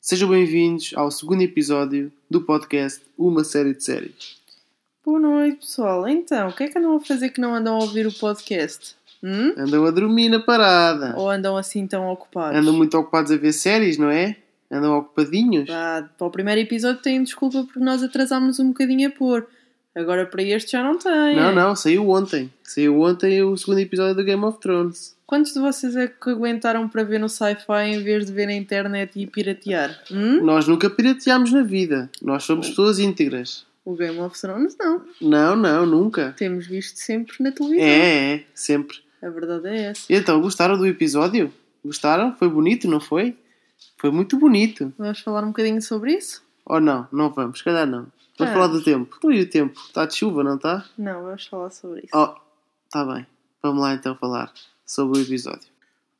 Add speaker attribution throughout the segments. Speaker 1: Sejam bem-vindos ao segundo episódio do podcast Uma Série de Séries.
Speaker 2: Boa noite, pessoal. Então, o que é que andam a fazer que não andam a ouvir o podcast? Hum?
Speaker 1: Andam a dormir na parada.
Speaker 2: Ou andam assim tão ocupados?
Speaker 1: Andam muito ocupados a ver séries, não é? Andam ocupadinhos.
Speaker 2: Vá, para o primeiro episódio têm desculpa porque nós atrasámos um bocadinho a pôr. Agora para este já não têm.
Speaker 1: Não, não, saiu ontem. Saiu ontem o segundo episódio do Game of Thrones.
Speaker 2: Quantos de vocês é que aguentaram para ver no sci-fi em vez de ver na internet e piratear? Hum?
Speaker 1: Nós nunca pirateámos na vida. Nós somos pessoas íntegras.
Speaker 2: O Game of Thrones não.
Speaker 1: Não, não, nunca.
Speaker 2: Temos visto sempre na televisão.
Speaker 1: É, é, sempre.
Speaker 2: A verdade é essa.
Speaker 1: E então, gostaram do episódio? Gostaram? Foi bonito, não foi? Foi muito bonito.
Speaker 2: Vamos falar um bocadinho sobre isso?
Speaker 1: Ou não? Não vamos, se calhar não. Vamos
Speaker 2: Ah.
Speaker 1: falar do tempo. Então, e o tempo? Está de chuva, não tá? está?
Speaker 2: Não, vamos falar sobre isso.
Speaker 1: Oh, tá bem. Vamos lá então falar sobre o episódio.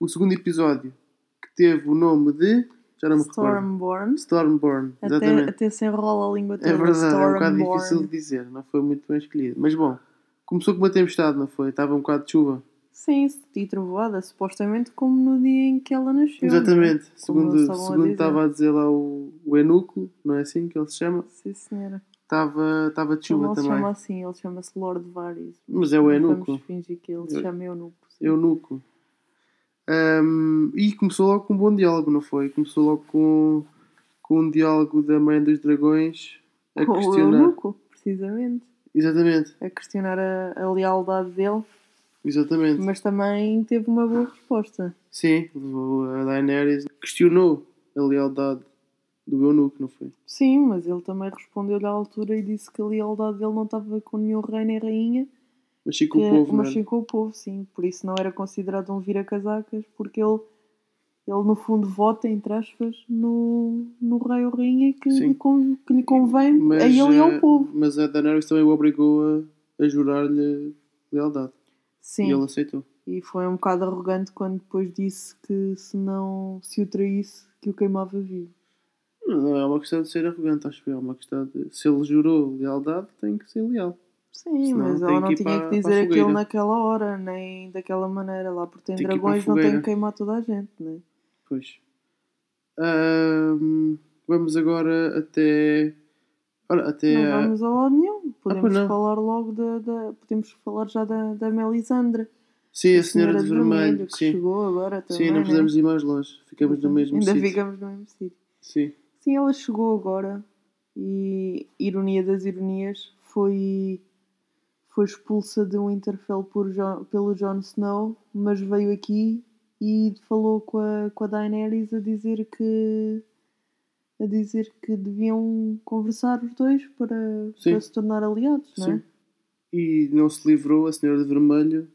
Speaker 1: O segundo episódio que teve o nome de. Já não me recordo.
Speaker 2: Stormborn.
Speaker 1: Stormborn,
Speaker 2: Até,
Speaker 1: exatamente.
Speaker 2: até se enrola a língua toda.
Speaker 1: é verdade, é um bocado
Speaker 2: Stormborn.
Speaker 1: difícil de dizer, não foi muito bem escolhido. Mas bom, começou com uma tempestade, não foi? Estava um bocado de chuva.
Speaker 2: Sim, e trovoada, supostamente como no dia em que ela nasceu.
Speaker 1: Exatamente,
Speaker 2: não é? Como
Speaker 1: segundo,
Speaker 2: eles estavam a
Speaker 1: segundo
Speaker 2: dizer.
Speaker 1: estava a dizer lá o, o Enuco, não é assim que ele se chama?
Speaker 2: Sim, senhora.
Speaker 1: Estava, estava de
Speaker 2: Ele
Speaker 1: chuva
Speaker 2: não se
Speaker 1: também.
Speaker 2: chama assim, ele chama-se Lord Varys.
Speaker 1: Mas é o Enuco.
Speaker 2: Vamos fingir que ele se
Speaker 1: Eu-
Speaker 2: chama Eunuco.
Speaker 1: Eunuco. Ahm, e começou logo com um bom diálogo, não foi? Começou logo com, com um diálogo da Mãe dos Dragões a
Speaker 2: Com o
Speaker 1: questionar.
Speaker 2: Eunuco, precisamente.
Speaker 1: Exatamente,
Speaker 2: A questionar a, a lealdade dele,
Speaker 1: exatamente.
Speaker 2: mas também teve uma boa resposta.
Speaker 1: Sim, a Daenerys questionou a lealdade do Eunuco, não foi?
Speaker 2: Sim, mas ele também respondeu-lhe à altura e disse que a lealdade dele não estava com nenhum rei nem rainha,
Speaker 1: Mas sim
Speaker 2: que,
Speaker 1: com o povo, não
Speaker 2: É, mas
Speaker 1: era?
Speaker 2: sim com o povo, sim. Por isso não era considerado um vira-casacas, porque ele, ele no fundo vota, entre aspas, no, no rei ou rainha que,
Speaker 1: Sim.
Speaker 2: lhe, con- que lhe convém
Speaker 1: Mas,
Speaker 2: a ele e
Speaker 1: eh,
Speaker 2: ao povo.
Speaker 1: Mas a Daenerys também o obrigou a, a jurar-lhe lealdade. E
Speaker 2: Sim,
Speaker 1: ele aceitou.
Speaker 2: e foi um bocado arrogante quando depois disse que se não se o traísse, que o queimava vivo.
Speaker 1: Não é uma questão de ser arrogante, acho que é uma questão de. Se ele jurou lealdade, tem que ser leal.
Speaker 2: Sim,
Speaker 1: Senão
Speaker 2: mas
Speaker 1: tem
Speaker 2: ela
Speaker 1: que
Speaker 2: não
Speaker 1: ir
Speaker 2: tinha
Speaker 1: para-
Speaker 2: que
Speaker 1: para a
Speaker 2: dizer aquilo
Speaker 1: fogueira.
Speaker 2: naquela hora, nem daquela maneira. Lá porque tem,
Speaker 1: Tem que ir para a
Speaker 2: dragões, não tem
Speaker 1: fogueira.
Speaker 2: que queimar toda a gente, né?
Speaker 1: Pois. Ahm, vamos agora até. Ora, até.
Speaker 2: Não
Speaker 1: a-
Speaker 2: vamos a lado nenhum.
Speaker 1: É. Ah, pois
Speaker 2: Podemos
Speaker 1: não.
Speaker 2: falar logo da, da- Podemos falar já da, da Melisandre.
Speaker 1: Sim, a Senhora, de Vermelho.
Speaker 2: que
Speaker 1: Sim.
Speaker 2: chegou agora
Speaker 1: Sim,
Speaker 2: também.
Speaker 1: não
Speaker 2: né? Uhum.
Speaker 1: precisamos ir mais longe. Ficamos no mesmo
Speaker 2: Ainda
Speaker 1: sítio.
Speaker 2: ficamos no mesmo sítio.
Speaker 1: Sim.
Speaker 2: Sim, ela chegou agora e, ironia das ironias, foi, foi expulsa de Winterfell por Jo- pelo Jon Snow, mas veio aqui e falou com a, com a Daenerys a dizer que a dizer que deviam conversar os dois para,
Speaker 1: Sim.
Speaker 2: para se tornar aliados, não é?
Speaker 1: Sim. E não se livrou a Senhora de Vermelho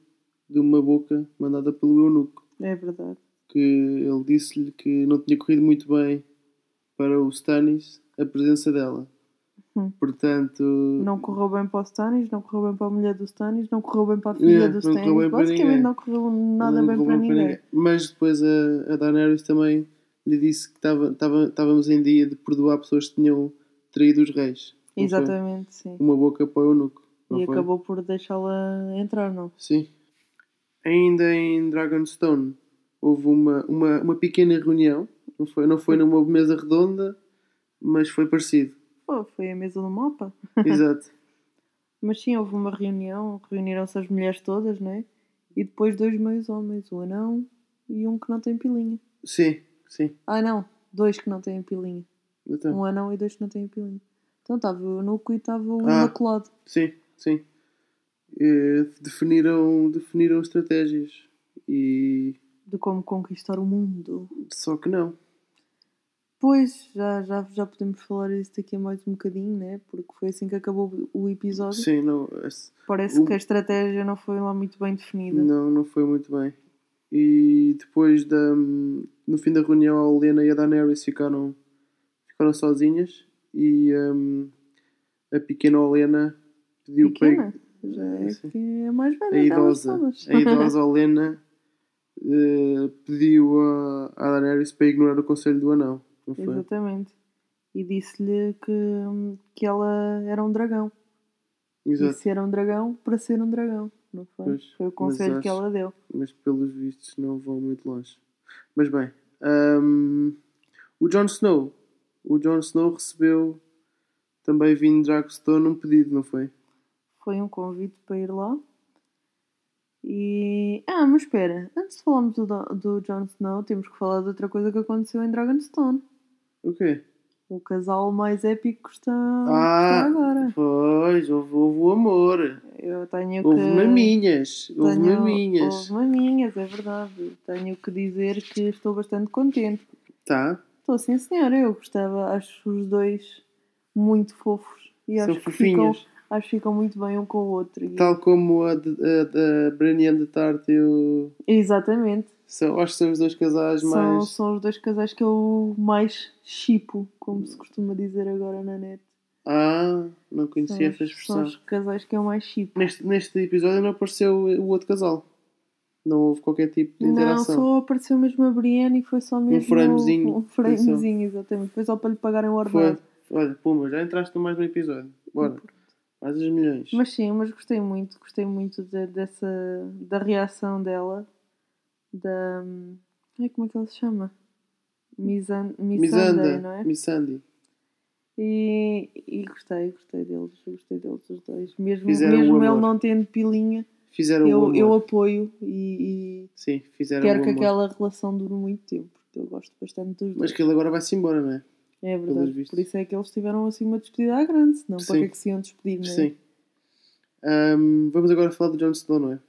Speaker 1: de uma boca mandada pelo Eunuco.
Speaker 2: É verdade.
Speaker 1: Que ele disse-lhe que não tinha corrido muito bem para o Stannis a presença dela.
Speaker 2: Hum.
Speaker 1: Portanto.
Speaker 2: Não correu bem para o Stannis, não correu bem para a mulher do Stannis, não correu bem para a filha
Speaker 1: É,
Speaker 2: do
Speaker 1: não correu bem
Speaker 2: Stannis.
Speaker 1: para
Speaker 2: Basicamente
Speaker 1: ninguém.
Speaker 2: não correu nada
Speaker 1: Não
Speaker 2: bem
Speaker 1: vou
Speaker 2: para
Speaker 1: bem para
Speaker 2: ninguém.
Speaker 1: Mas depois a, a Daenerys também lhe disse que estava- estava- estávamos em dia de perdoar pessoas que tinham traído os reis. Não foi?
Speaker 2: Exatamente, sim.
Speaker 1: Uma boca para o eunuco. não
Speaker 2: E
Speaker 1: foi?
Speaker 2: acabou por deixá-la entrar, não?
Speaker 1: Sim. Ainda em Dragonstone houve uma, uma, uma pequena reunião. Não foi, não foi numa mesa redonda, mas foi parecido.
Speaker 2: Pô, foi a mesa do mapa.
Speaker 1: Exato.
Speaker 2: Mas sim, houve uma reunião, reuniram-se as mulheres todas, né? E depois dois meios homens, um anão e um que não tem pilinha.
Speaker 1: Sim, sim.
Speaker 2: Ah, não, dois que não têm pilinha.
Speaker 1: Então,
Speaker 2: Um anão e dois que não têm pilinha. Então estava o Nuco e estava o
Speaker 1: Ah.
Speaker 2: Imaculado.
Speaker 1: Sim, sim. Eh, definiram, definiram estratégias. E.
Speaker 2: De como conquistar o mundo.
Speaker 1: Só que não.
Speaker 2: Pois, já, já, já podemos falar disso daqui a mais um bocadinho, né? Porque foi assim que acabou o episódio.
Speaker 1: Sim, não. esse-
Speaker 2: Parece
Speaker 1: O-
Speaker 2: que a estratégia não foi lá muito bem definida.
Speaker 1: Não, não foi muito bem. E depois da, no fim da reunião a Helena e a Daenerys ficaram, ficaram sozinhas e hum, a pequena Helena pediu
Speaker 2: Pequena?
Speaker 1: para
Speaker 2: Já é
Speaker 1: Sim.
Speaker 2: que é a mais
Speaker 1: a
Speaker 2: velha delas
Speaker 1: idosa, É
Speaker 2: todas.
Speaker 1: a idosa Helena eh, pediu a, a Daenerys para ignorar o conselho do anão, não foi?
Speaker 2: Exatamente. E disse-lhe que, que ela era um dragão. E
Speaker 1: Exato.
Speaker 2: se era um dragão, para ser um dragão. Não foi?
Speaker 1: Pois,
Speaker 2: foi o
Speaker 1: mas
Speaker 2: conselho que
Speaker 1: acho-
Speaker 2: ela deu.
Speaker 1: Mas pelos vistos não vão muito longe. Mas bem, hum, um, o Jon Snow o Jon Snow recebeu, também vindo Dragstone, um pedido, não foi?
Speaker 2: Foi um convite para ir lá. E. Ah, mas espera, antes de falarmos do, do Jon Snow, temos que falar de outra coisa que aconteceu em Dragonstone.
Speaker 1: O quê?
Speaker 2: O casal mais épico que está,
Speaker 1: Ah,
Speaker 2: está agora.
Speaker 1: Pois, houve, houve o amor.
Speaker 2: Eu tenho
Speaker 1: Houve
Speaker 2: que.
Speaker 1: maminhas. Houve
Speaker 2: tenho-
Speaker 1: maminhas.
Speaker 2: Houve maminhas, é verdade. Tenho que dizer que estou bastante contente.
Speaker 1: Tá.
Speaker 2: Estou sim, senhora. Eu gostava, acho os dois muito fofos. E
Speaker 1: São
Speaker 2: acho que, ficam,
Speaker 1: fofinhas.
Speaker 2: acho que ficam muito bem um com o outro. E-
Speaker 1: Tal como a, de- a, a Branian de Tarte e o.
Speaker 2: Exatamente.
Speaker 1: São, acho que são os dois casais
Speaker 2: São,
Speaker 1: mais.
Speaker 2: são os dois casais que eu mais chipo, como se costuma dizer agora na net.
Speaker 1: Ah, não
Speaker 2: São,
Speaker 1: conhecia essa
Speaker 2: os-
Speaker 1: expressão.
Speaker 2: são os casais que eu mais chipo.
Speaker 1: Neste, neste episódio não apareceu o outro casal. Não houve qualquer tipo de
Speaker 2: Não,
Speaker 1: interação.
Speaker 2: só apareceu mesmo a Brienne e foi só mesmo
Speaker 1: framezinho,
Speaker 2: Um framezinho, exatamente. Foi só para lhe pagarem o ordenado.
Speaker 1: Foi. Olha, Puma, já entraste no mais um episódio. Bora. Mais os milhões.
Speaker 2: Mas sim, mas gostei muito, gostei muito de- dessa da reação dela, da ai, como é que ela se chama? Misan, Missandei, não
Speaker 1: Missandei,
Speaker 2: é?
Speaker 1: Missandei.
Speaker 2: E, e gostei, gostei deles, gostei deles os dois. Mesmo,
Speaker 1: Fizeram o
Speaker 2: mesmo
Speaker 1: amor.
Speaker 2: ele não tendo pilinha,
Speaker 1: Fizeram o
Speaker 2: eu,
Speaker 1: amor.
Speaker 2: eu apoio e,
Speaker 1: Sim,
Speaker 2: e
Speaker 1: fizeram o
Speaker 2: quero
Speaker 1: amor.
Speaker 2: que aquela relação dure muito tempo, porque eu gosto bastante dos dois.
Speaker 1: Mas que ele agora vai-se embora, não é?
Speaker 2: é
Speaker 1: pelos
Speaker 2: verdade,
Speaker 1: vistos.
Speaker 2: por isso é que eles tiveram assim uma despedida à grande, senão para
Speaker 1: Sim.
Speaker 2: que é que se iam despedir, não é?
Speaker 1: Sim. Ahm, vamos agora falar do Jon Snow, não é?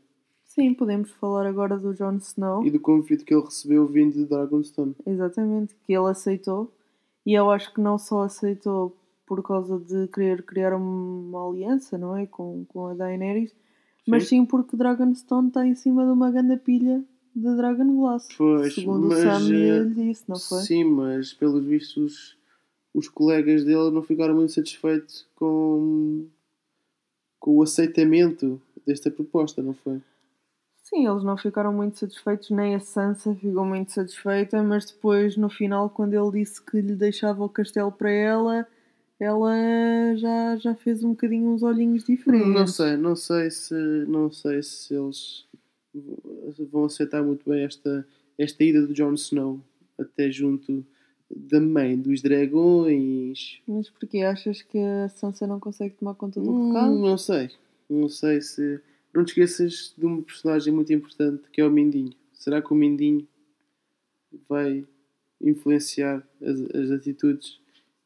Speaker 2: Sim, podemos falar agora do Jon Snow.
Speaker 1: E do convite que ele recebeu vindo de Dragonstone.
Speaker 2: Exatamente, que ele aceitou. E eu acho que não só aceitou por causa de querer criar uma aliança, não é? Com, com a Daenerys, mas sim porque Dragonstone está em cima de uma grande pilha de Dragonglass.
Speaker 1: Pois,
Speaker 2: segundo
Speaker 1: mas,
Speaker 2: o Sam
Speaker 1: eh,
Speaker 2: lhe disse, não foi?
Speaker 1: Sim, mas pelos vistos os colegas dele não ficaram muito satisfeitos com, com o aceitamento desta proposta, não foi?
Speaker 2: Sim, eles não ficaram muito satisfeitos, nem a Sansa ficou muito satisfeita, mas depois, no final, quando ele disse que lhe deixava o castelo para ela, ela já, já fez um bocadinho uns olhinhos diferentes.
Speaker 1: Não sei, não sei se não sei se eles vão aceitar muito bem esta, esta ida do Jon Snow até junto da mãe dos dragões.
Speaker 2: Mas porquê? Achas que a Sansa não consegue tomar conta do
Speaker 1: Hum,
Speaker 2: recado?
Speaker 1: não sei. Não sei se. Não te esqueças de um personagem muito importante que é o Mindinho. Será que o Mindinho vai influenciar as, as atitudes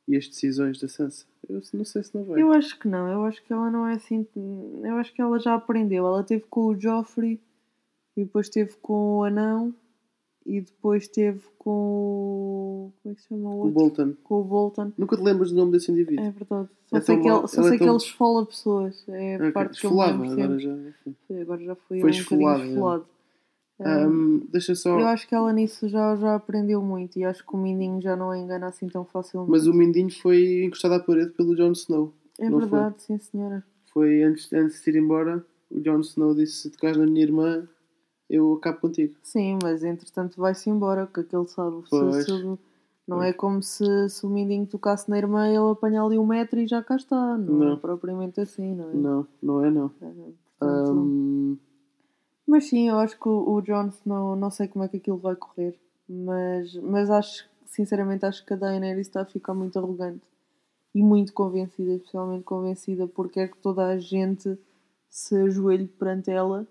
Speaker 1: e as decisões da Sansa? Eu não sei se não vai.
Speaker 2: Eu acho que não. Eu acho que ela não é assim. Eu acho que ela já aprendeu. Ela teve com o Joffrey e depois teve com o Anão e depois teve com o. Como é que se chama o
Speaker 1: O
Speaker 2: outro?
Speaker 1: Bolton.
Speaker 2: Com o Bolton.
Speaker 1: Nunca te lembras do nome desse indivíduo.
Speaker 2: É verdade. Só
Speaker 1: É
Speaker 2: sei,
Speaker 1: tão
Speaker 2: que,
Speaker 1: mau-
Speaker 2: ele, só
Speaker 1: ela é
Speaker 2: sei que
Speaker 1: tão-
Speaker 2: ele esfola pessoas. É a
Speaker 1: Ok,
Speaker 2: parte que eu me
Speaker 1: esfolava,
Speaker 2: lembro
Speaker 1: agora
Speaker 2: sempre.
Speaker 1: já.
Speaker 2: Foi- Agora já foi,
Speaker 1: Foi é.
Speaker 2: um bocadinho
Speaker 1: esfolada.
Speaker 2: esfolado. Hum,
Speaker 1: Ahm, deixa só.
Speaker 2: eu acho que ela nisso já, já aprendeu muito e acho que o Mindinho já não a engana assim tão facilmente.
Speaker 1: Mas o Mindinho foi encostado à parede pelo Jon Snow.
Speaker 2: É
Speaker 1: Não foi?
Speaker 2: verdade, sim senhora.
Speaker 1: Foi antes, antes de ir embora, o Jon Snow disse: Se tocares na minha irmã, eu acabo contigo.
Speaker 2: Sim, mas entretanto vai-se embora, que aquele sabe. se-
Speaker 1: Pois.
Speaker 2: se o- não
Speaker 1: Pois.
Speaker 2: é como se, se o Mindinho tocasse na irmã, ele apanha ali um metro e já cá está. Não, é
Speaker 1: Não.
Speaker 2: propriamente assim, não é?
Speaker 1: Não, não é não.
Speaker 2: Ah, portanto,
Speaker 1: Ahm,
Speaker 2: Mas sim, eu acho que o, o Jon Snow, não sei como é que aquilo vai correr, mas, mas acho, sinceramente, acho que a Daenerys está a ficar muito arrogante e muito convencida, especialmente convencida porque é que toda a gente se ajoelhe perante ela,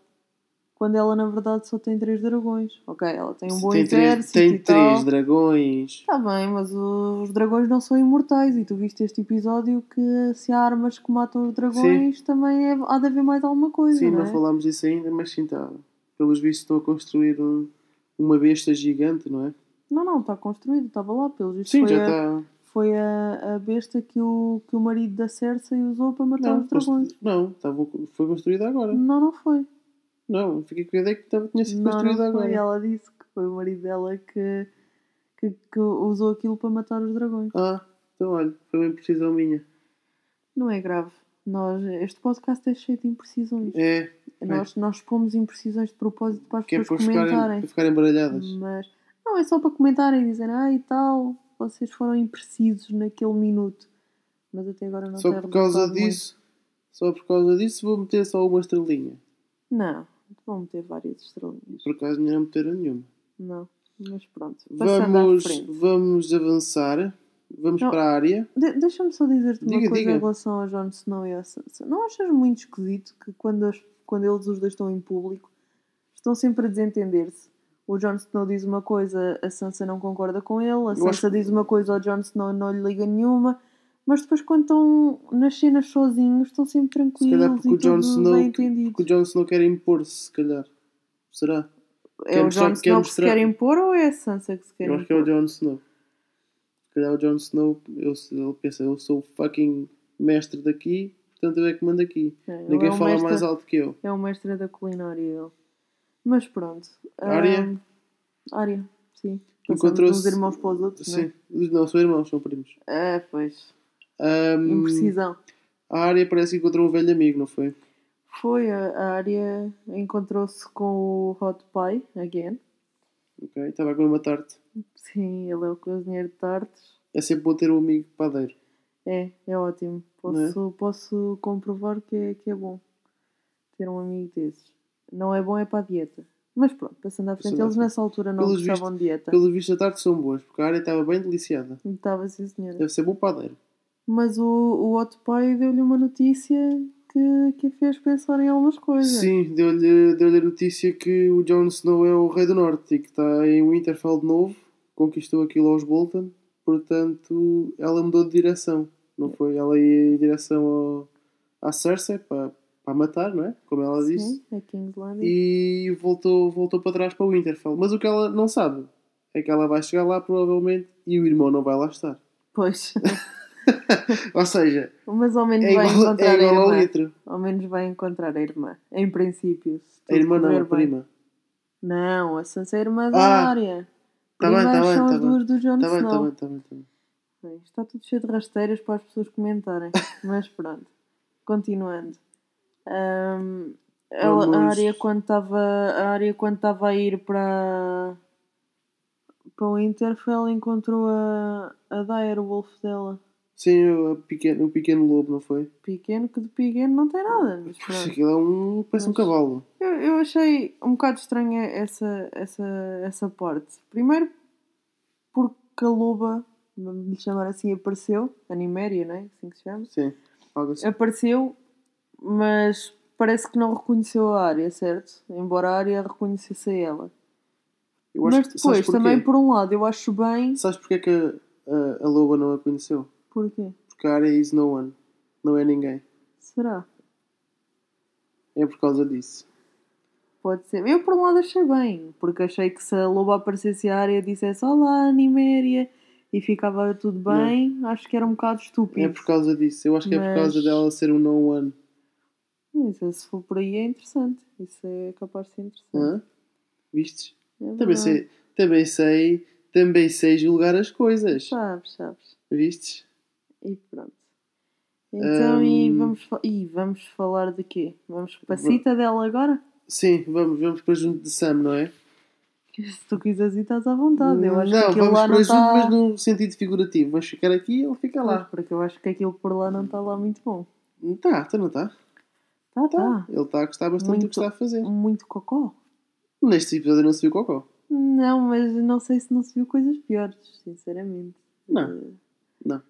Speaker 2: quando ela na verdade só tem três dragões. Ok, ela tem um bom
Speaker 1: tem três,
Speaker 2: exército e
Speaker 1: tem
Speaker 2: tal. Ah,
Speaker 1: três dragões.
Speaker 2: Está bem, mas os dragões não são imortais e tu viste este episódio que se há armas que matam os dragões, também é- há de haver mais alguma coisa,
Speaker 1: Sim,
Speaker 2: não
Speaker 1: não
Speaker 2: é?
Speaker 1: falámos disso ainda, mas sim, tá. Pelos vistos estão a construir um- uma besta gigante, não é?
Speaker 2: Não, não, está construído, estava lá pelos vistos.
Speaker 1: Sim,
Speaker 2: foi é.
Speaker 1: já tá.
Speaker 2: a,
Speaker 1: está.
Speaker 2: foi a, a besta que o, que o marido da Cersei usou para matar
Speaker 1: Não,
Speaker 2: os dragões.
Speaker 1: constru- não estava- foi construída agora.
Speaker 2: Não, não foi.
Speaker 1: Não, fiquei com a ideia que estava- tinha sido
Speaker 2: Hum. Não, não
Speaker 1: construída
Speaker 2: foi.
Speaker 1: agora.
Speaker 2: Ela disse que foi o marido dela que, que, que usou aquilo para matar os dragões.
Speaker 1: Ah, então olha, foi uma imprecisão minha.
Speaker 2: Não é grave. Nós, este podcast é cheio de imprecisões.
Speaker 1: É,
Speaker 2: Nós, nós pomos imprecisões de propósito para as
Speaker 1: que é para
Speaker 2: pessoas
Speaker 1: ficarem,
Speaker 2: comentarem.
Speaker 1: para ficarem baralhadas.
Speaker 2: Mas não é só para comentarem e dizerem, ah e tal, vocês foram imprecisos naquele minuto. Mas até agora não
Speaker 1: Só
Speaker 2: tem
Speaker 1: por causa
Speaker 2: resultado muito.
Speaker 1: disso, só por causa disso vou meter só uma estrelinha.
Speaker 2: Não, vão meter várias estrelinhas.
Speaker 1: Por acaso ainda não meteram nenhuma.
Speaker 2: Não, mas pronto. Passando à
Speaker 1: Vamos,
Speaker 2: frente.
Speaker 1: vamos avançar Vamos
Speaker 2: Não.
Speaker 1: para a área.
Speaker 2: De- Deixa-me só dizer-te uma
Speaker 1: Diga,
Speaker 2: coisa
Speaker 1: diga.
Speaker 2: em relação a Jon Snow e a Sansa. Não achas muito esquisito que quando, as- quando eles os dois estão em público estão sempre a desentender-se? O Jon Snow diz uma coisa, a Sansa não concorda com ele, a Sansa
Speaker 1: acho
Speaker 2: diz uma coisa, o Jon Snow não lhe liga nenhuma, mas depois quando estão nas cenas sozinhos estão sempre
Speaker 1: Se calhar
Speaker 2: tranquilos
Speaker 1: porque
Speaker 2: e
Speaker 1: o Jon
Speaker 2: tudo
Speaker 1: Snow-
Speaker 2: bem entendido.
Speaker 1: Porque o Jon Snow quer impor-se, se calhar. Será?
Speaker 2: É o
Speaker 1: mostrar-
Speaker 2: Jon
Speaker 1: quer
Speaker 2: Snow que se
Speaker 1: mostrar-
Speaker 2: quer impor ou é a Sansa que se quer
Speaker 1: Eu acho que é o
Speaker 2: impor?
Speaker 1: Jon Snow. Se calhar o Jon Snow, eu- ele pensa, eu sou o fucking mestre daqui, portanto eu é que mando aqui.
Speaker 2: É, ele
Speaker 1: Ninguém
Speaker 2: é o
Speaker 1: fala
Speaker 2: mestre-
Speaker 1: mais alto que eu.
Speaker 2: É o mestre da culinária ele. Mas pronto.
Speaker 1: Área?
Speaker 2: hum, área, sim. Encontrou-se.
Speaker 1: Encontrou-se-
Speaker 2: uns irmãos para os outros, não é?
Speaker 1: Sim. Não, são irmãos, são primos.
Speaker 2: Ah, pois.
Speaker 1: Ahm,
Speaker 2: Imprecisão.
Speaker 1: a área parece que encontrou um velho amigo, não foi?
Speaker 2: Foi a a área, encontrou-se com o Hot Pie, again.
Speaker 1: Ok, estava a comer uma tarte.
Speaker 2: Sim, ele é o cozinheiro de tartes.
Speaker 1: É sempre bom ter um amigo padeiro.
Speaker 2: É, é ótimo. Posso, posso comprovar que é, que é bom ter um amigo desses. Não é bom, é para a dieta. Mas pronto, passando à frente,
Speaker 1: Passando à
Speaker 2: eles nessa altura não
Speaker 1: Pelos
Speaker 2: gostavam de dieta.
Speaker 1: Pelo visto, a tarte são boas, porque a área estava bem deliciada.
Speaker 2: Estava assim, senhora.
Speaker 1: Deve ser bom padeiro.
Speaker 2: Mas o, o Otto Pai deu-lhe uma notícia que, que a fez pensar em algumas coisas.
Speaker 1: Sim, deu-lhe deu a notícia que o Jon Snow é o Rei do Norte e que está em Winterfell de novo, conquistou aquilo aos Bolton, portanto ela mudou de direção, não foi? Ela ia em direção ao, à Cersei para, para matar, não é? Como ela disse,
Speaker 2: Sim, a King's Landing.
Speaker 1: e voltou, voltou para trás para o Winterfell. Mas o que ela não sabe é que ela vai chegar lá provavelmente e o irmão não vai lá estar.
Speaker 2: Pois.
Speaker 1: Ou seja,
Speaker 2: Mas ao menos
Speaker 1: é
Speaker 2: vai
Speaker 1: igual,
Speaker 2: encontrar
Speaker 1: é igual
Speaker 2: a
Speaker 1: ao
Speaker 2: irmã.
Speaker 1: litro.
Speaker 2: Ao menos vai encontrar a irmã. Em princípio. se
Speaker 1: A irmã
Speaker 2: tudo
Speaker 1: não,
Speaker 2: correr
Speaker 1: a
Speaker 2: bem.
Speaker 1: prima.
Speaker 2: Não, a Sansa é a irmã
Speaker 1: Ah,
Speaker 2: da área.
Speaker 1: tá bem, tá bem,
Speaker 2: são
Speaker 1: tá
Speaker 2: as
Speaker 1: bem.
Speaker 2: duas do Jon
Speaker 1: Está bem, está
Speaker 2: Snow.
Speaker 1: bem, está bem. Tá bem.
Speaker 2: Bem, Está tudo cheio de rasteiras para as pessoas comentarem. Mas pronto. Continuando. Ahm, ela-
Speaker 1: Vamos.
Speaker 2: a área quando estava a área quando estava a ir para para o Interfell encontrou a a Direwolf dela
Speaker 1: Sim, o pequeno, o pequeno lobo, não foi?
Speaker 2: pequeno que de pequeno não tem nada mas pronto.
Speaker 1: Aquilo é um. parece um
Speaker 2: Mas-
Speaker 1: cavalo.
Speaker 2: Eu, eu achei um bocado estranha essa, essa, essa parte. Primeiro, porque a loba, vamos lhe chamar assim, apareceu, a Niméria, não é? Assim que se chama.
Speaker 1: Sim, algo
Speaker 2: É,
Speaker 1: assim.
Speaker 2: Apareceu, mas parece que não reconheceu a área, certo? Embora a área reconhecesse a ela.
Speaker 1: Eu acho
Speaker 2: mas
Speaker 1: que- sabes
Speaker 2: depois, também
Speaker 1: porquê?
Speaker 2: por um lado, eu acho bem.
Speaker 1: Sabes porquê que a, a, a loba não a conheceu?
Speaker 2: Porquê?
Speaker 1: Porque a área is no one. Não é ninguém.
Speaker 2: Será?
Speaker 1: É por causa disso.
Speaker 2: Pode ser. Eu, por um lado, achei bem, porque achei que se a loba aparecesse à área e dissesse Olá, Niméria, e ficava tudo bem, acho que era um bocado
Speaker 1: É
Speaker 2: estúpido.
Speaker 1: por causa disso. Eu acho que é por causa
Speaker 2: Mas-
Speaker 1: dela ser um no one.
Speaker 2: Mas eh, se for por aí é interessante. Isso é capaz de ser interessante.
Speaker 1: Hã? Vistes?
Speaker 2: É
Speaker 1: Hum. Também
Speaker 2: verdade.
Speaker 1: sei, também sei. Também sei julgar as coisas.
Speaker 2: Sabes, sabes.
Speaker 1: Vistes?
Speaker 2: E pronto. Então, e,
Speaker 1: Hum.
Speaker 2: vamos fa- e vamos falar de quê? Vamos para a cita dela agora?
Speaker 1: Sim, vamos, vamos para junto de Sam, não é?
Speaker 2: Se tu quiseres ir, estás à vontade. Tá, Eu acho que
Speaker 1: não,
Speaker 2: aquilo
Speaker 1: vamos
Speaker 2: lá
Speaker 1: para
Speaker 2: não tá-
Speaker 1: junto,
Speaker 2: está...
Speaker 1: mas num sentido figurativo. Vamos ficar aqui ou fica lá?
Speaker 2: Porque eu acho que aquilo por lá não está lá muito bom.
Speaker 1: Tá, então não tá. Tá.
Speaker 2: Tá, tá.
Speaker 1: Ele está a gostar bastante do que
Speaker 2: Muito.
Speaker 1: está a fazer.
Speaker 2: Muito cocó.
Speaker 1: Neste episódio não se viu cocó.
Speaker 2: Não, mas não sei se não se viu coisas piores, sinceramente.
Speaker 1: Não.
Speaker 2: Eh,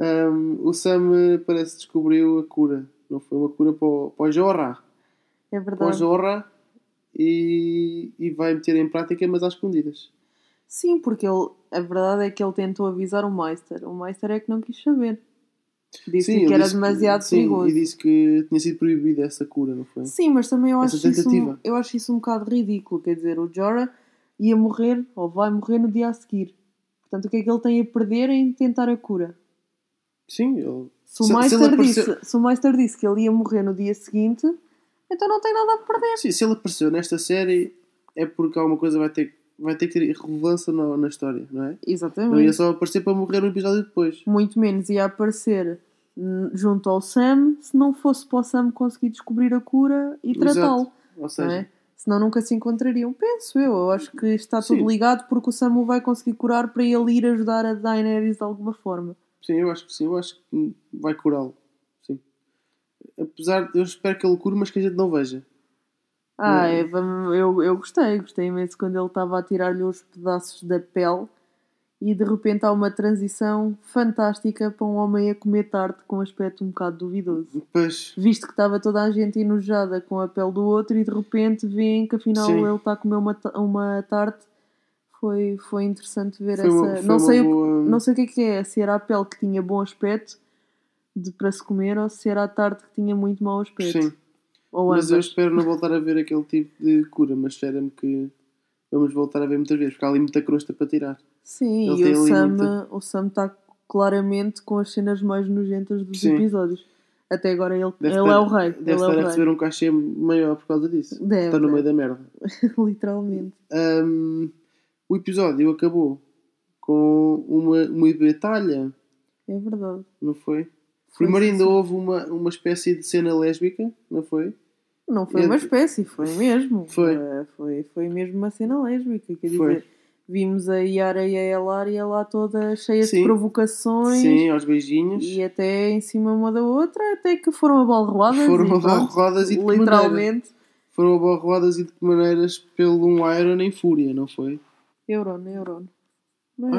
Speaker 1: Ahm, o Sam eh, parece que descobriu a cura. Não foi uma cura para o, para o Jorra. Para
Speaker 2: É
Speaker 1: o
Speaker 2: verdade.
Speaker 1: Jorra e, e vai meter em prática, mas às escondidas.
Speaker 2: Sim, porque ele, a verdade é que ele tentou avisar o Meister. O Meister é que não quis saber. Disse
Speaker 1: ele
Speaker 2: que era
Speaker 1: disse
Speaker 2: demasiado
Speaker 1: sim,
Speaker 2: perigoso.
Speaker 1: E disse que tinha sido proibida essa cura, não foi?
Speaker 2: Sim, mas também eu
Speaker 1: Essa
Speaker 2: acho, isso um,
Speaker 1: tentativa.
Speaker 2: eu acho isso um bocado ridículo. Quer dizer, o Jorah ia morrer ou vai morrer no dia a seguir. Portanto, o que é que ele tem a perder em tentar a cura?
Speaker 1: Sim, ele.
Speaker 2: Se o,
Speaker 1: Se- se
Speaker 2: Meister,
Speaker 1: ele apareceu-
Speaker 2: disse, se o Meister disse que ele ia morrer no dia seguinte, então não tem nada a perder.
Speaker 1: Sim, se ele apareceu nesta série é porque alguma coisa vai ter, vai ter que ter relevância na, na história, não é? Não ia
Speaker 2: Exatamente.
Speaker 1: só aparecer para morrer um episódio depois.
Speaker 2: Muito menos ia aparecer hum, junto ao Sam se não fosse para o Sam conseguir descobrir a cura e
Speaker 1: Exato.
Speaker 2: tratá-lo.
Speaker 1: Ou
Speaker 2: não
Speaker 1: seja,
Speaker 2: é? Senão nunca se encontrariam, penso eu. Eu acho que está tudo
Speaker 1: Sim.
Speaker 2: ligado porque o Samu vai conseguir curar para ele ir ajudar a Daenerys de alguma forma.
Speaker 1: Sim, eu acho que sim, eu acho que vai curá-lo. Sim. Apesar de eu espero que ele cure, mas que a gente não veja.
Speaker 2: Ah,
Speaker 1: Hum.
Speaker 2: é, vamos- eu, eu gostei, gostei imenso quando ele estava a tirar-lhe os pedaços da pele e de repente há uma transição fantástica para um homem a comer tarde com aspecto um bocado duvidoso.
Speaker 1: Pois,
Speaker 2: Visto que estava toda a gente enojada com a pele do outro e de repente veem que afinal
Speaker 1: Sim.
Speaker 2: ele está a comer uma, ta- uma tarte. Foi, foi interessante ver
Speaker 1: foi
Speaker 2: essa.
Speaker 1: uma, foi
Speaker 2: não,
Speaker 1: uma
Speaker 2: sei o que-
Speaker 1: boa...
Speaker 2: não sei o que é que é, se era a pele que tinha bom aspecto de, para se comer ou se era a tarde que tinha muito mau aspecto.
Speaker 1: Sim,
Speaker 2: Ou
Speaker 1: mas
Speaker 2: ambas.
Speaker 1: eu espero não voltar a ver aquele tipo de cura, mas espera-me que vamos voltar a ver muitas vezes, porque há ali muita crosta para tirar.
Speaker 2: Sim,
Speaker 1: Ele
Speaker 2: e
Speaker 1: tem
Speaker 2: o
Speaker 1: ali
Speaker 2: Sam,
Speaker 1: muita-
Speaker 2: o Sam está claramente com as cenas mais nojentas dos
Speaker 1: Sim.
Speaker 2: episódios. Até agora ele, ele
Speaker 1: Deve
Speaker 2: é
Speaker 1: estar-
Speaker 2: o rei. Ele
Speaker 1: Deve
Speaker 2: é
Speaker 1: estar a
Speaker 2: o rei. é
Speaker 1: receber um cachê maior por causa disso.
Speaker 2: Deve,
Speaker 1: Está no
Speaker 2: deve.
Speaker 1: meio da merda.
Speaker 2: Literalmente.
Speaker 1: Hum, o episódio acabou com uma, uma batalha,
Speaker 2: É verdade.
Speaker 1: não foi?
Speaker 2: Foi
Speaker 1: Primeiro ainda
Speaker 2: assim.
Speaker 1: houve uma, uma espécie de cena lésbica, não foi?
Speaker 2: Não foi uma
Speaker 1: Entre-
Speaker 2: espécie, foi mesmo.
Speaker 1: Foi.
Speaker 2: Eh, foi, foi mesmo uma cena lésbica. Quer dizer,
Speaker 1: Foi.
Speaker 2: vimos a Yara e a Elaria lá toda cheia de
Speaker 1: Sim.
Speaker 2: provocações.
Speaker 1: Sim, aos beijinhos.
Speaker 2: E até em cima uma da outra, até que foram abalroadas.
Speaker 1: Foram
Speaker 2: e pronto,
Speaker 1: abalroadas e de que
Speaker 2: Literalmente,
Speaker 1: Foram abarroadas e de que maneiras pelo um Iron em fúria, não foi?
Speaker 2: Euron, Euron. Não é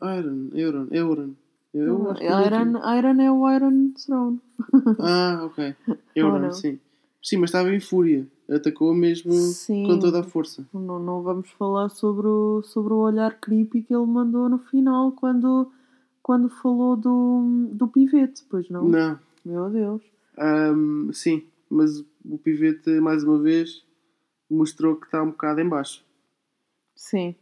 Speaker 1: Ah,
Speaker 2: Euron.
Speaker 1: Iron, Euron, Euron. Eu acho que é o
Speaker 2: Iron, Iron é o Iron Throne.
Speaker 1: último. Ah, ok. Euron,
Speaker 2: Ou não?
Speaker 1: sim. Sim, mas estava em fúria. Atacou mesmo
Speaker 2: Sim.
Speaker 1: com toda a força.
Speaker 2: Não, não vamos falar sobre o, sobre o olhar creepy que ele mandou no final quando, quando falou do, do pivete, pois não?
Speaker 1: Não.
Speaker 2: Meu Deus.
Speaker 1: Ahm, sim, mas o Pivete, mais uma vez, mostrou que está um bocado em baixo.
Speaker 2: Sim.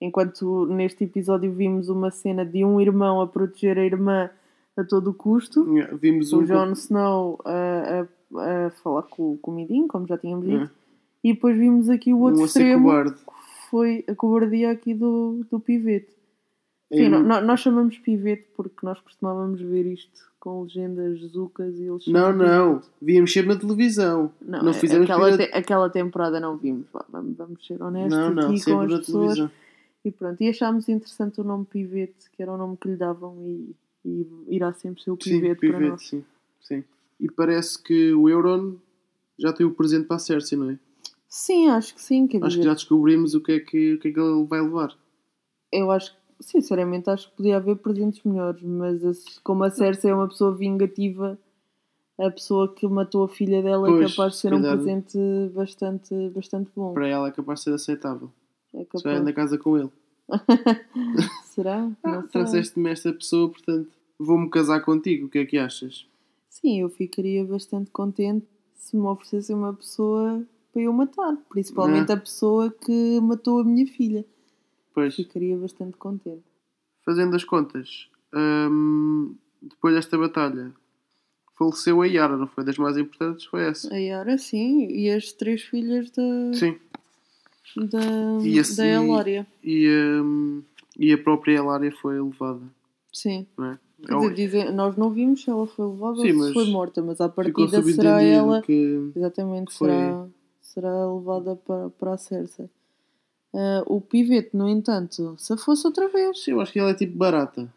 Speaker 2: Enquanto neste episódio vimos uma cena de um irmão a proteger a irmã a todo custo,
Speaker 1: Yeah, Vimos um...
Speaker 2: o Jon Snow a, a, a falar com, com o Midin, como já tínhamos dito,
Speaker 1: Yeah.
Speaker 2: e depois vimos aqui o outro
Speaker 1: um a É. ser
Speaker 2: extremo,
Speaker 1: cobarde.
Speaker 2: que foi a cobardia aqui do, do pivete. Sim,
Speaker 1: É,
Speaker 2: no- no- nós chamamos pivete porque nós costumávamos ver isto com legendas zucas e eles
Speaker 1: Não,
Speaker 2: chamam
Speaker 1: não.
Speaker 2: pivete.
Speaker 1: Víamos sempre na televisão.
Speaker 2: Não,
Speaker 1: Não,
Speaker 2: é-
Speaker 1: fizemos
Speaker 2: aquela,
Speaker 1: pira-
Speaker 2: te- aquela temporada não vimos, vá, vamos, vamos ser honestos
Speaker 1: Não, não,
Speaker 2: aqui com
Speaker 1: sempre
Speaker 2: as
Speaker 1: na
Speaker 2: pessoas.
Speaker 1: televisão.
Speaker 2: E pronto, e achámos interessante o nome pivete, que era o nome que lhe davam e, e irá sempre ser o
Speaker 1: Sim,
Speaker 2: pivete,
Speaker 1: pivete,
Speaker 2: para nós.
Speaker 1: sim. sim. E parece que o Euron já tem o presente para a Cersei, não é?
Speaker 2: Sim, acho que sim, quer
Speaker 1: Acho
Speaker 2: dizer,
Speaker 1: que já descobrimos o que é que, o que, é que ele vai levar.
Speaker 2: eu acho que, sinceramente, acho que podia haver presentes melhores, mas a- como a Cersei é uma pessoa vingativa, a pessoa que matou a filha dela é
Speaker 1: Pois,
Speaker 2: capaz de
Speaker 1: se
Speaker 2: ser um
Speaker 1: calhar.
Speaker 2: presente bastante, bastante bom.
Speaker 1: Para ela é capaz de ser aceitável.
Speaker 2: É
Speaker 1: Se vai
Speaker 2: capaz.
Speaker 1: na casa com ele.
Speaker 2: Será?
Speaker 1: Ah,
Speaker 2: Não sei.
Speaker 1: Trouxeste-me esta pessoa, portanto, vou-me casar contigo. O que é que achas?
Speaker 2: Sim, eu ficaria bastante contente se me oferecessem uma pessoa para eu matar, principalmente
Speaker 1: Né?
Speaker 2: a pessoa que matou a minha filha.
Speaker 1: Pois.
Speaker 2: Ficaria bastante contente.
Speaker 1: Fazendo as contas, hum, depois desta batalha, faleceu a Yara, não foi? Das mais importantes foi essa.
Speaker 2: A Yara, sim, e as três filhas da,
Speaker 1: Sim.
Speaker 2: da,
Speaker 1: E esse-
Speaker 2: da Elória.
Speaker 1: E, hum, e a própria Elária foi levada,
Speaker 2: Sim.
Speaker 1: não é?
Speaker 2: Quer dizer, dizem- nós não vimos se ela foi levada
Speaker 1: Sim,
Speaker 2: ou se
Speaker 1: mas
Speaker 2: foi morta, mas à
Speaker 1: Ficou
Speaker 2: partida
Speaker 1: subentendido
Speaker 2: será ela
Speaker 1: que...
Speaker 2: Exatamente,
Speaker 1: que foi-
Speaker 2: será, será levada para, para a Cersei. Ah, o Pivete, no entanto, se fosse outra vez.
Speaker 1: Sim, eu acho que ela é tipo barata.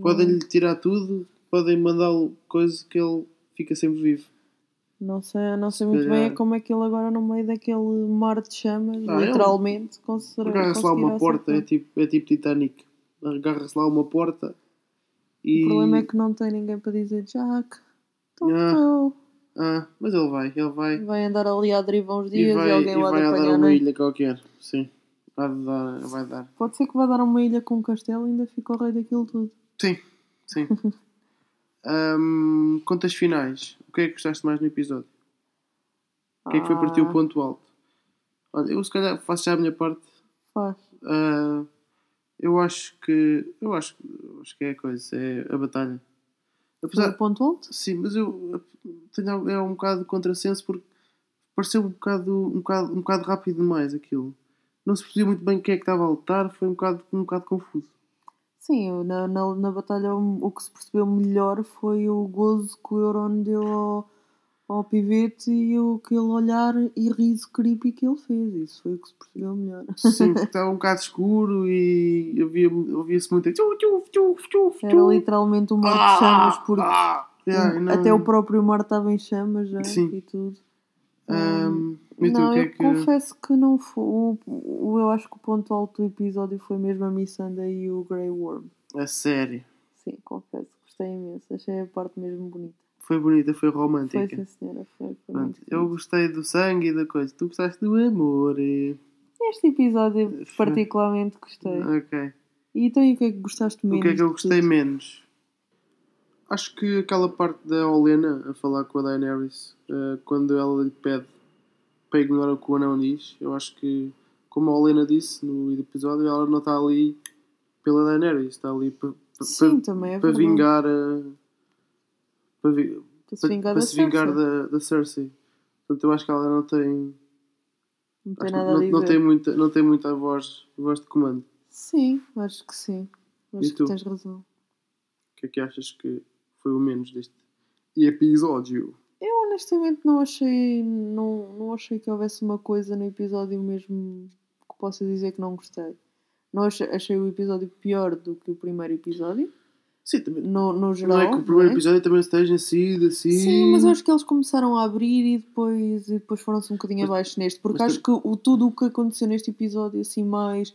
Speaker 1: Podem-lhe tirar tudo, podem mandá-lo coisa que ele fica sempre vivo.
Speaker 2: Não sei, não sei
Speaker 1: se
Speaker 2: muito bem
Speaker 1: calhar.
Speaker 2: é como é que ele agora, no meio daquele mar de chamas,
Speaker 1: Ah, ele-
Speaker 2: literalmente, conseguirá.
Speaker 1: Agarra-se lá uma
Speaker 2: conseguirá
Speaker 1: porta, é
Speaker 2: acertar.
Speaker 1: tipo, é tipo Titanic. Agarra-se lá uma porta e.
Speaker 2: O problema é que não tem ninguém para dizer Jack. tô
Speaker 1: Ah.
Speaker 2: tão."
Speaker 1: Ah, mas ele vai, ele vai.
Speaker 2: Vai andar ali à deriva uns
Speaker 1: E
Speaker 2: dias e,
Speaker 1: vai, e
Speaker 2: alguém lá
Speaker 1: vai
Speaker 2: de
Speaker 1: a dar
Speaker 2: apanhar. não
Speaker 1: uma
Speaker 2: é?
Speaker 1: ilha qualquer. Sim. Vai dar, vai dar.
Speaker 2: Pode ser que vá dar uma ilha com um castelo e ainda fica o rei daquilo tudo.
Speaker 1: Sim, sim. Ahm, contas finais. O que é que gostaste mais no episódio? O que é que foi para ti o
Speaker 2: Ah,
Speaker 1: ponto alto? Olha, eu se calhar faço já a minha parte.
Speaker 2: faz.
Speaker 1: Ah, eu acho que. Eu acho, acho que é a coisa, é a batalha.
Speaker 2: Foi
Speaker 1: Apesar,
Speaker 2: o ponto alto?
Speaker 1: Sim, mas eu eu tenho, é um bocado contrassenso porque pareceu um bocado, um bocado, um bocado rápido demais aquilo. Não se percebia muito bem quem é que estava a lutar, foi um bocado, um bocado confuso.
Speaker 2: Sim, eu na, na, na batalha um, o o que se percebeu melhor foi o gozo que o Euron deu ao, ao pivete e o, aquele olhar e riso creepy que ele fez. Isso foi o que se percebeu melhor.
Speaker 1: Sim, porque estava um bocado escuro e havia- ouvia-se muito. Tchuf, tchuf, tchuf, tchuf, tchuf.
Speaker 2: Era literalmente um mar de chamas, porque
Speaker 1: ah, ah,
Speaker 2: um-
Speaker 1: yeah, não-
Speaker 2: até o próprio mar estava em chamas já
Speaker 1: Sim.
Speaker 2: e tudo.
Speaker 1: Ahm, ah, E tu,
Speaker 2: não,
Speaker 1: o que é
Speaker 2: eu
Speaker 1: que-
Speaker 2: confesso que não foi. O, o- eu acho que o ponto alto do episódio foi mesmo a Missanda e o Grey Worm.
Speaker 1: A sério.
Speaker 2: Sim, confesso, gostei imenso. Achei a parte mesmo bonita.
Speaker 1: Foi bonita, foi
Speaker 2: Foi,
Speaker 1: romântica.
Speaker 2: sim, senhora. Foi, foi
Speaker 1: Pronto,
Speaker 2: muito
Speaker 1: eu
Speaker 2: bonito.
Speaker 1: gostei do sangue e da coisa. Tu gostaste do amor. E...
Speaker 2: Este episódio
Speaker 1: Foi.
Speaker 2: particularmente gostei.
Speaker 1: Ok.
Speaker 2: E então, e o que é que gostaste menos?
Speaker 1: o que é que eu
Speaker 2: de
Speaker 1: gostei
Speaker 2: tudo?
Speaker 1: menos? Acho que aquela parte da Olena a falar com a Daenerys, eh, quando ela lhe pede para ignorar o que o anão diz, eu acho que, como a Olena disse no episódio, ela não está ali pela Daenerys, está ali para
Speaker 2: Sim, também é
Speaker 1: para
Speaker 2: verdade.
Speaker 1: vingar a. Para, vi-
Speaker 2: Para se
Speaker 1: para-
Speaker 2: vingar
Speaker 1: para
Speaker 2: da
Speaker 1: se vingar
Speaker 2: Cersei.
Speaker 1: da, da Cersei. Portanto, eu acho que ela não tem.
Speaker 2: Não tem
Speaker 1: acho que
Speaker 2: nada
Speaker 1: não,
Speaker 2: a
Speaker 1: não
Speaker 2: dizer.
Speaker 1: tem muita, não tem muita voz, voz de comando.
Speaker 2: Sim, acho que sim. Acho que
Speaker 1: tu?
Speaker 2: tens razão.
Speaker 1: O que é que achas que foi o menos deste episódio?
Speaker 2: Eu honestamente não achei. Não, não achei que houvesse uma coisa no episódio mesmo que possa dizer que não gostei. Não achei, achei o episódio pior do que o primeiro episódio.
Speaker 1: Sim, também.
Speaker 2: No, no geral.
Speaker 1: Não é que o primeiro
Speaker 2: não é?
Speaker 1: episódio também esteja sido assim.
Speaker 2: Sim, mas acho que eles começaram a abrir e depois, e depois foram-se um bocadinho
Speaker 1: Mas-
Speaker 2: abaixo neste, porque
Speaker 1: mas
Speaker 2: acho que o, tudo o que aconteceu neste episódio assim mais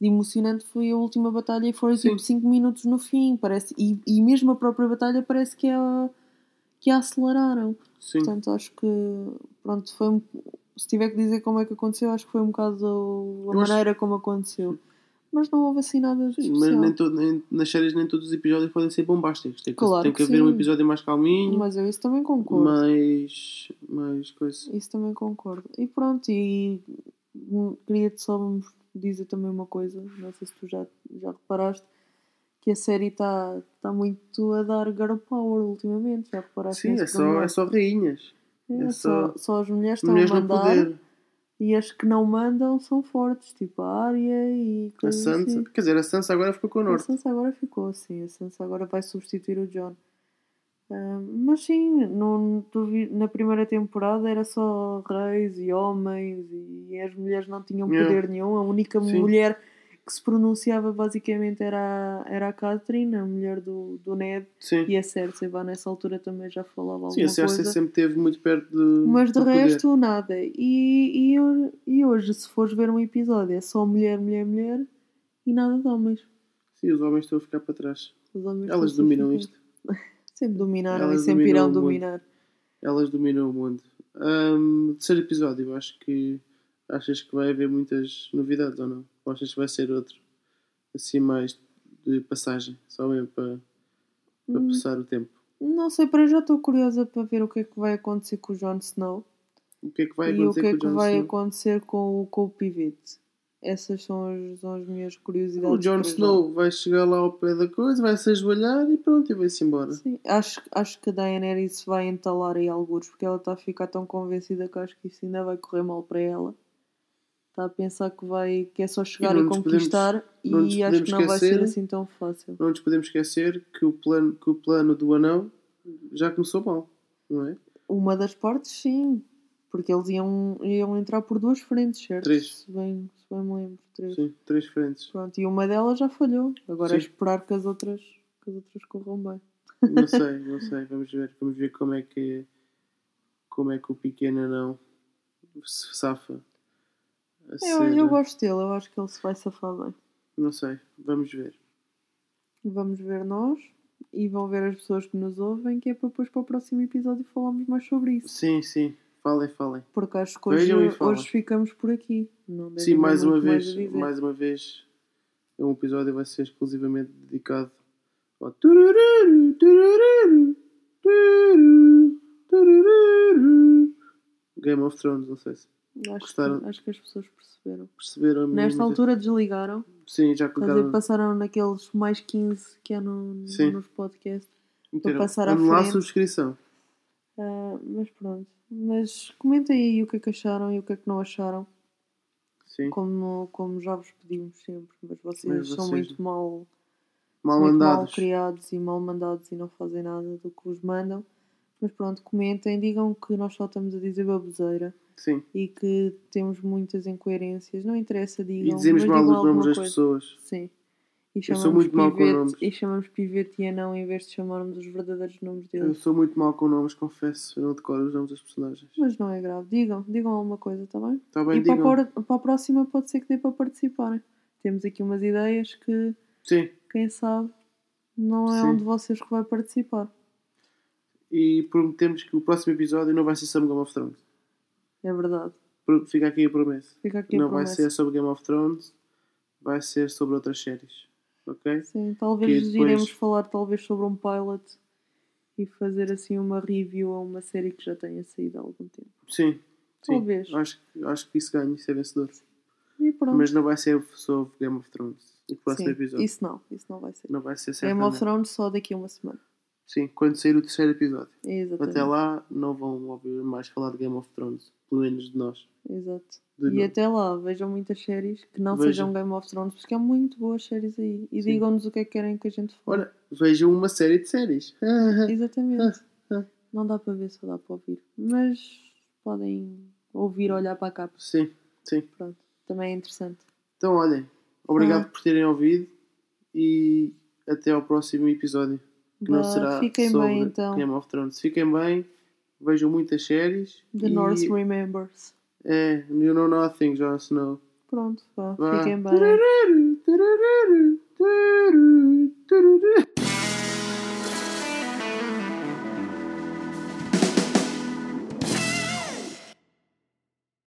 Speaker 2: de emocionante foi a última batalha e foram
Speaker 1: Sim.
Speaker 2: tipo 5 minutos no fim, parece, e, e mesmo a própria batalha parece que a, que a aceleraram.
Speaker 1: Sim.
Speaker 2: Portanto, acho que pronto, foi um- se tiver que dizer como é que aconteceu, acho que foi um bocado a
Speaker 1: Eu acho-
Speaker 2: maneira como aconteceu. Mas não houve assim nada de
Speaker 1: Sim,
Speaker 2: especial.
Speaker 1: mas nem todo- nem- nas séries nem todos os episódios podem ser bombásticos. Tem que,
Speaker 2: Claro
Speaker 1: tem
Speaker 2: que
Speaker 1: que haver um
Speaker 2: sim.
Speaker 1: episódio mais calminho,
Speaker 2: Mas eu isso também concordo.
Speaker 1: mais. mais coisa.
Speaker 2: Isso também concordo. E pronto, e hum, queria-te só dizer também uma coisa, não sei se tu já, já reparaste, que a série está tá muito a dar girl power ultimamente, já reparaste?
Speaker 1: Sim,
Speaker 2: nisso
Speaker 1: é só,
Speaker 2: também?
Speaker 1: é só rainhas.
Speaker 2: É,
Speaker 1: é
Speaker 2: só,
Speaker 1: só-
Speaker 2: só as mulheres estão
Speaker 1: Mulheres
Speaker 2: a
Speaker 1: no
Speaker 2: mandar
Speaker 1: poder.
Speaker 2: e as que não mandam são fortes, tipo a Arya e
Speaker 1: A
Speaker 2: coisas
Speaker 1: Sansa.
Speaker 2: assim.
Speaker 1: Quer dizer, a Sansa agora ficou com o
Speaker 2: A
Speaker 1: Norte.
Speaker 2: Sansa agora ficou assim, a Sansa agora vai substituir o John. Ah, mas sim, no, tu vi- na primeira temporada era só reis e homens e as mulheres não tinham
Speaker 1: Yeah.
Speaker 2: poder nenhum. A única
Speaker 1: Sim.
Speaker 2: mulher que se pronunciava basicamente era, a- era a Catherine, a mulher do, do Ned,
Speaker 1: Sim.
Speaker 2: e a Cersei, vá, nessa altura também já falava alguma
Speaker 1: Sim, a Cersei
Speaker 2: coisa.
Speaker 1: sempre esteve muito perto de.
Speaker 2: Mas de
Speaker 1: do poder.
Speaker 2: resto, nada. E, e, ho- e hoje, se fores ver um episódio, é só mulher, mulher, mulher e nada de homens.
Speaker 1: Sim, os homens estão a ficar para trás.
Speaker 2: Os homens
Speaker 1: Elas
Speaker 2: estão
Speaker 1: dominam
Speaker 2: sempre-
Speaker 1: isto.
Speaker 2: Sempre dominaram
Speaker 1: Elas
Speaker 2: e sempre
Speaker 1: dominam
Speaker 2: irão
Speaker 1: o mundo.
Speaker 2: dominar.
Speaker 1: Elas dominam o mundo. Ahm, terceiro episódio, eu acho que. Achas que vai haver muitas novidades ou não? Ou achas que vai ser outro? Assim, mais de passagem, só mesmo para, para
Speaker 2: Hum.
Speaker 1: passar o tempo.
Speaker 2: Não sei, para já estou curiosa para ver o que é que vai acontecer com o Jon Snow
Speaker 1: O que é que vai
Speaker 2: e o que
Speaker 1: acontecer
Speaker 2: é que
Speaker 1: com o Jon
Speaker 2: vai
Speaker 1: Snow?
Speaker 2: acontecer com o, com o Pivete. Essas são as, são as minhas curiosidades.
Speaker 1: O Jon
Speaker 2: para já.
Speaker 1: Snow vai chegar lá ao pé da coisa, vai se ajoelhar e pronto, e vai-se embora.
Speaker 2: Sim, acho, acho que a Daenerys vai entalar aí alguns, porque ela está a ficar tão convencida que acho que isso ainda vai correr mal para ela. Está a pensar que, vai, que é só chegar
Speaker 1: não
Speaker 2: e,
Speaker 1: nos
Speaker 2: conquistar
Speaker 1: não nos
Speaker 2: e acho que
Speaker 1: podemos
Speaker 2: não vai ser
Speaker 1: esquecer.
Speaker 2: assim tão fácil.
Speaker 1: Não nos podemos esquecer que o plano, que o plano do anão já começou mal, não é?
Speaker 2: Uma das partes, sim, porque eles iam, iam entrar por duas frentes, certo?
Speaker 1: Três.
Speaker 2: Se bem, se bem me lembro, três.
Speaker 1: Sim, três frentes.
Speaker 2: Pronto, e uma delas já falhou. Agora é
Speaker 1: Sim.
Speaker 2: esperar que as outras, que as outras corram bem.
Speaker 1: Não sei, não sei, vamos ver, vamos ver como é que como é que o pequeno anão se safa. A
Speaker 2: Eu,
Speaker 1: cena.
Speaker 2: É, eu gosto dele, eu acho que ele se vai safar bem.
Speaker 1: Não sei, vamos ver.
Speaker 2: Vamos ver nós e vão ver as pessoas que nos ouvem, que é para depois para o próximo episódio falarmos mais sobre isso.
Speaker 1: Sim, sim, falem, falem.
Speaker 2: Porque acho que hoje,
Speaker 1: Vejam e falem.
Speaker 2: hoje ficamos por aqui. Não deve
Speaker 1: Sim,
Speaker 2: haver
Speaker 1: mais uma
Speaker 2: muito
Speaker 1: vez,
Speaker 2: a dizer.
Speaker 1: mais uma vez, um episódio vai ser exclusivamente dedicado ao turururu, turururu, tururu, turururu. Game of Thrones, não sei se
Speaker 2: Acho, que,
Speaker 1: gostaram.
Speaker 2: acho que as pessoas perceberam.
Speaker 1: perceberam. a minha
Speaker 2: Nesta
Speaker 1: imitação.
Speaker 2: altura desligaram,
Speaker 1: Sim, já
Speaker 2: quer dizer,
Speaker 1: clicaram.
Speaker 2: passaram naqueles mais 15 que há no,
Speaker 1: Sim.
Speaker 2: nos podcasts.
Speaker 1: meteram.
Speaker 2: passar à
Speaker 1: Vamos lá a
Speaker 2: frente.
Speaker 1: subscrição.
Speaker 2: Ah, mas pronto. Mas comentem aí o que é que acharam e o que é que não acharam.
Speaker 1: Sim.
Speaker 2: Como, como já vos pedimos sempre. Mas vocês,
Speaker 1: Mas
Speaker 2: são
Speaker 1: vocês-
Speaker 2: muito mal, são
Speaker 1: Mal
Speaker 2: muito mal
Speaker 1: andados.
Speaker 2: criados e mal mandados e não fazem nada do que vos mandam. Mas pronto, comentem, digam que nós só estamos a dizer baboseira
Speaker 1: Sim.
Speaker 2: e que temos muitas incoerências. Não interessa, digam.
Speaker 1: E dizemos
Speaker 2: mas
Speaker 1: mal
Speaker 2: digam
Speaker 1: os
Speaker 2: alguma
Speaker 1: nomes das
Speaker 2: coisa.
Speaker 1: pessoas.
Speaker 2: Sim. E
Speaker 1: sou
Speaker 2: chamamos
Speaker 1: muito mau com
Speaker 2: pivete,
Speaker 1: nomes.
Speaker 2: E chamamos pivete e anão em vez de chamarmos os verdadeiros nomes
Speaker 1: Eu
Speaker 2: deles.
Speaker 1: sou muito mal com nomes, confesso. Eu não decoro os nomes das personagens.
Speaker 2: Mas não é grave. Digam, digam alguma coisa, está bem?
Speaker 1: Está bem,
Speaker 2: e para a,
Speaker 1: digam.
Speaker 2: por- para a próxima pode ser que dê para participarem. Temos aqui umas ideias que,
Speaker 1: Sim.
Speaker 2: quem sabe, não é
Speaker 1: Sim.
Speaker 2: um de vocês que vai participar.
Speaker 1: E prometemos que o próximo episódio não vai ser sobre Game of Thrones.
Speaker 2: É verdade.
Speaker 1: Pro- Fica aqui a promessa.
Speaker 2: Fica aqui
Speaker 1: não
Speaker 2: a
Speaker 1: vai
Speaker 2: promessa.
Speaker 1: ser sobre Game of Thrones. Vai ser sobre outras séries. Ok?
Speaker 2: Sim, talvez
Speaker 1: Que depois-
Speaker 2: iremos falar talvez sobre um pilot e fazer assim uma review a uma série que já tenha saído há algum tempo.
Speaker 1: Sim. Sim.
Speaker 2: Talvez.
Speaker 1: Acho, que- acho que isso ganha, isso é vencedor.
Speaker 2: E pronto.
Speaker 1: Mas não vai ser sobre Game of Thrones. O próximo
Speaker 2: Sim,
Speaker 1: episódio.
Speaker 2: Isso não, isso não vai ser.
Speaker 1: Não vai ser
Speaker 2: Game of
Speaker 1: certamente.
Speaker 2: Thrones só daqui a uma semana.
Speaker 1: Sim, quando sair o terceiro episódio.
Speaker 2: É Exatamente.
Speaker 1: Até lá não vão ouvir mais falar de Game of Thrones. Pelo menos de nós.
Speaker 2: Exato.
Speaker 1: De
Speaker 2: E
Speaker 1: nós.
Speaker 2: até lá, vejam muitas séries que não
Speaker 1: Vejam.
Speaker 2: sejam Game of Thrones, porque há muito boas séries aí. E
Speaker 1: Sim.
Speaker 2: digam-nos o que é que querem que a gente fale.
Speaker 1: Ora, é. vejam uma série de séries.
Speaker 2: Exatamente.
Speaker 1: Ah, ah.
Speaker 2: Não dá para ver, só dá para ouvir. Mas podem ouvir, olhar para cá.
Speaker 1: Sim, sim.
Speaker 2: Pronto. Também é interessante.
Speaker 1: Então, olhem,
Speaker 2: Ah.
Speaker 1: obrigado por terem ouvido e até ao próximo episódio. Que não
Speaker 2: Vá,
Speaker 1: será
Speaker 2: fiquem
Speaker 1: sobre
Speaker 2: bem então.
Speaker 1: Game of Thrones. Fiquem bem, vejam muitas séries.
Speaker 2: The
Speaker 1: e-
Speaker 2: North Remembers.
Speaker 1: É, You Know Nothing, Jon Snow.
Speaker 2: Pronto, vá.
Speaker 1: Vá.
Speaker 2: Fiquem bem.
Speaker 1: Tururu, tururu, tururu, tururu.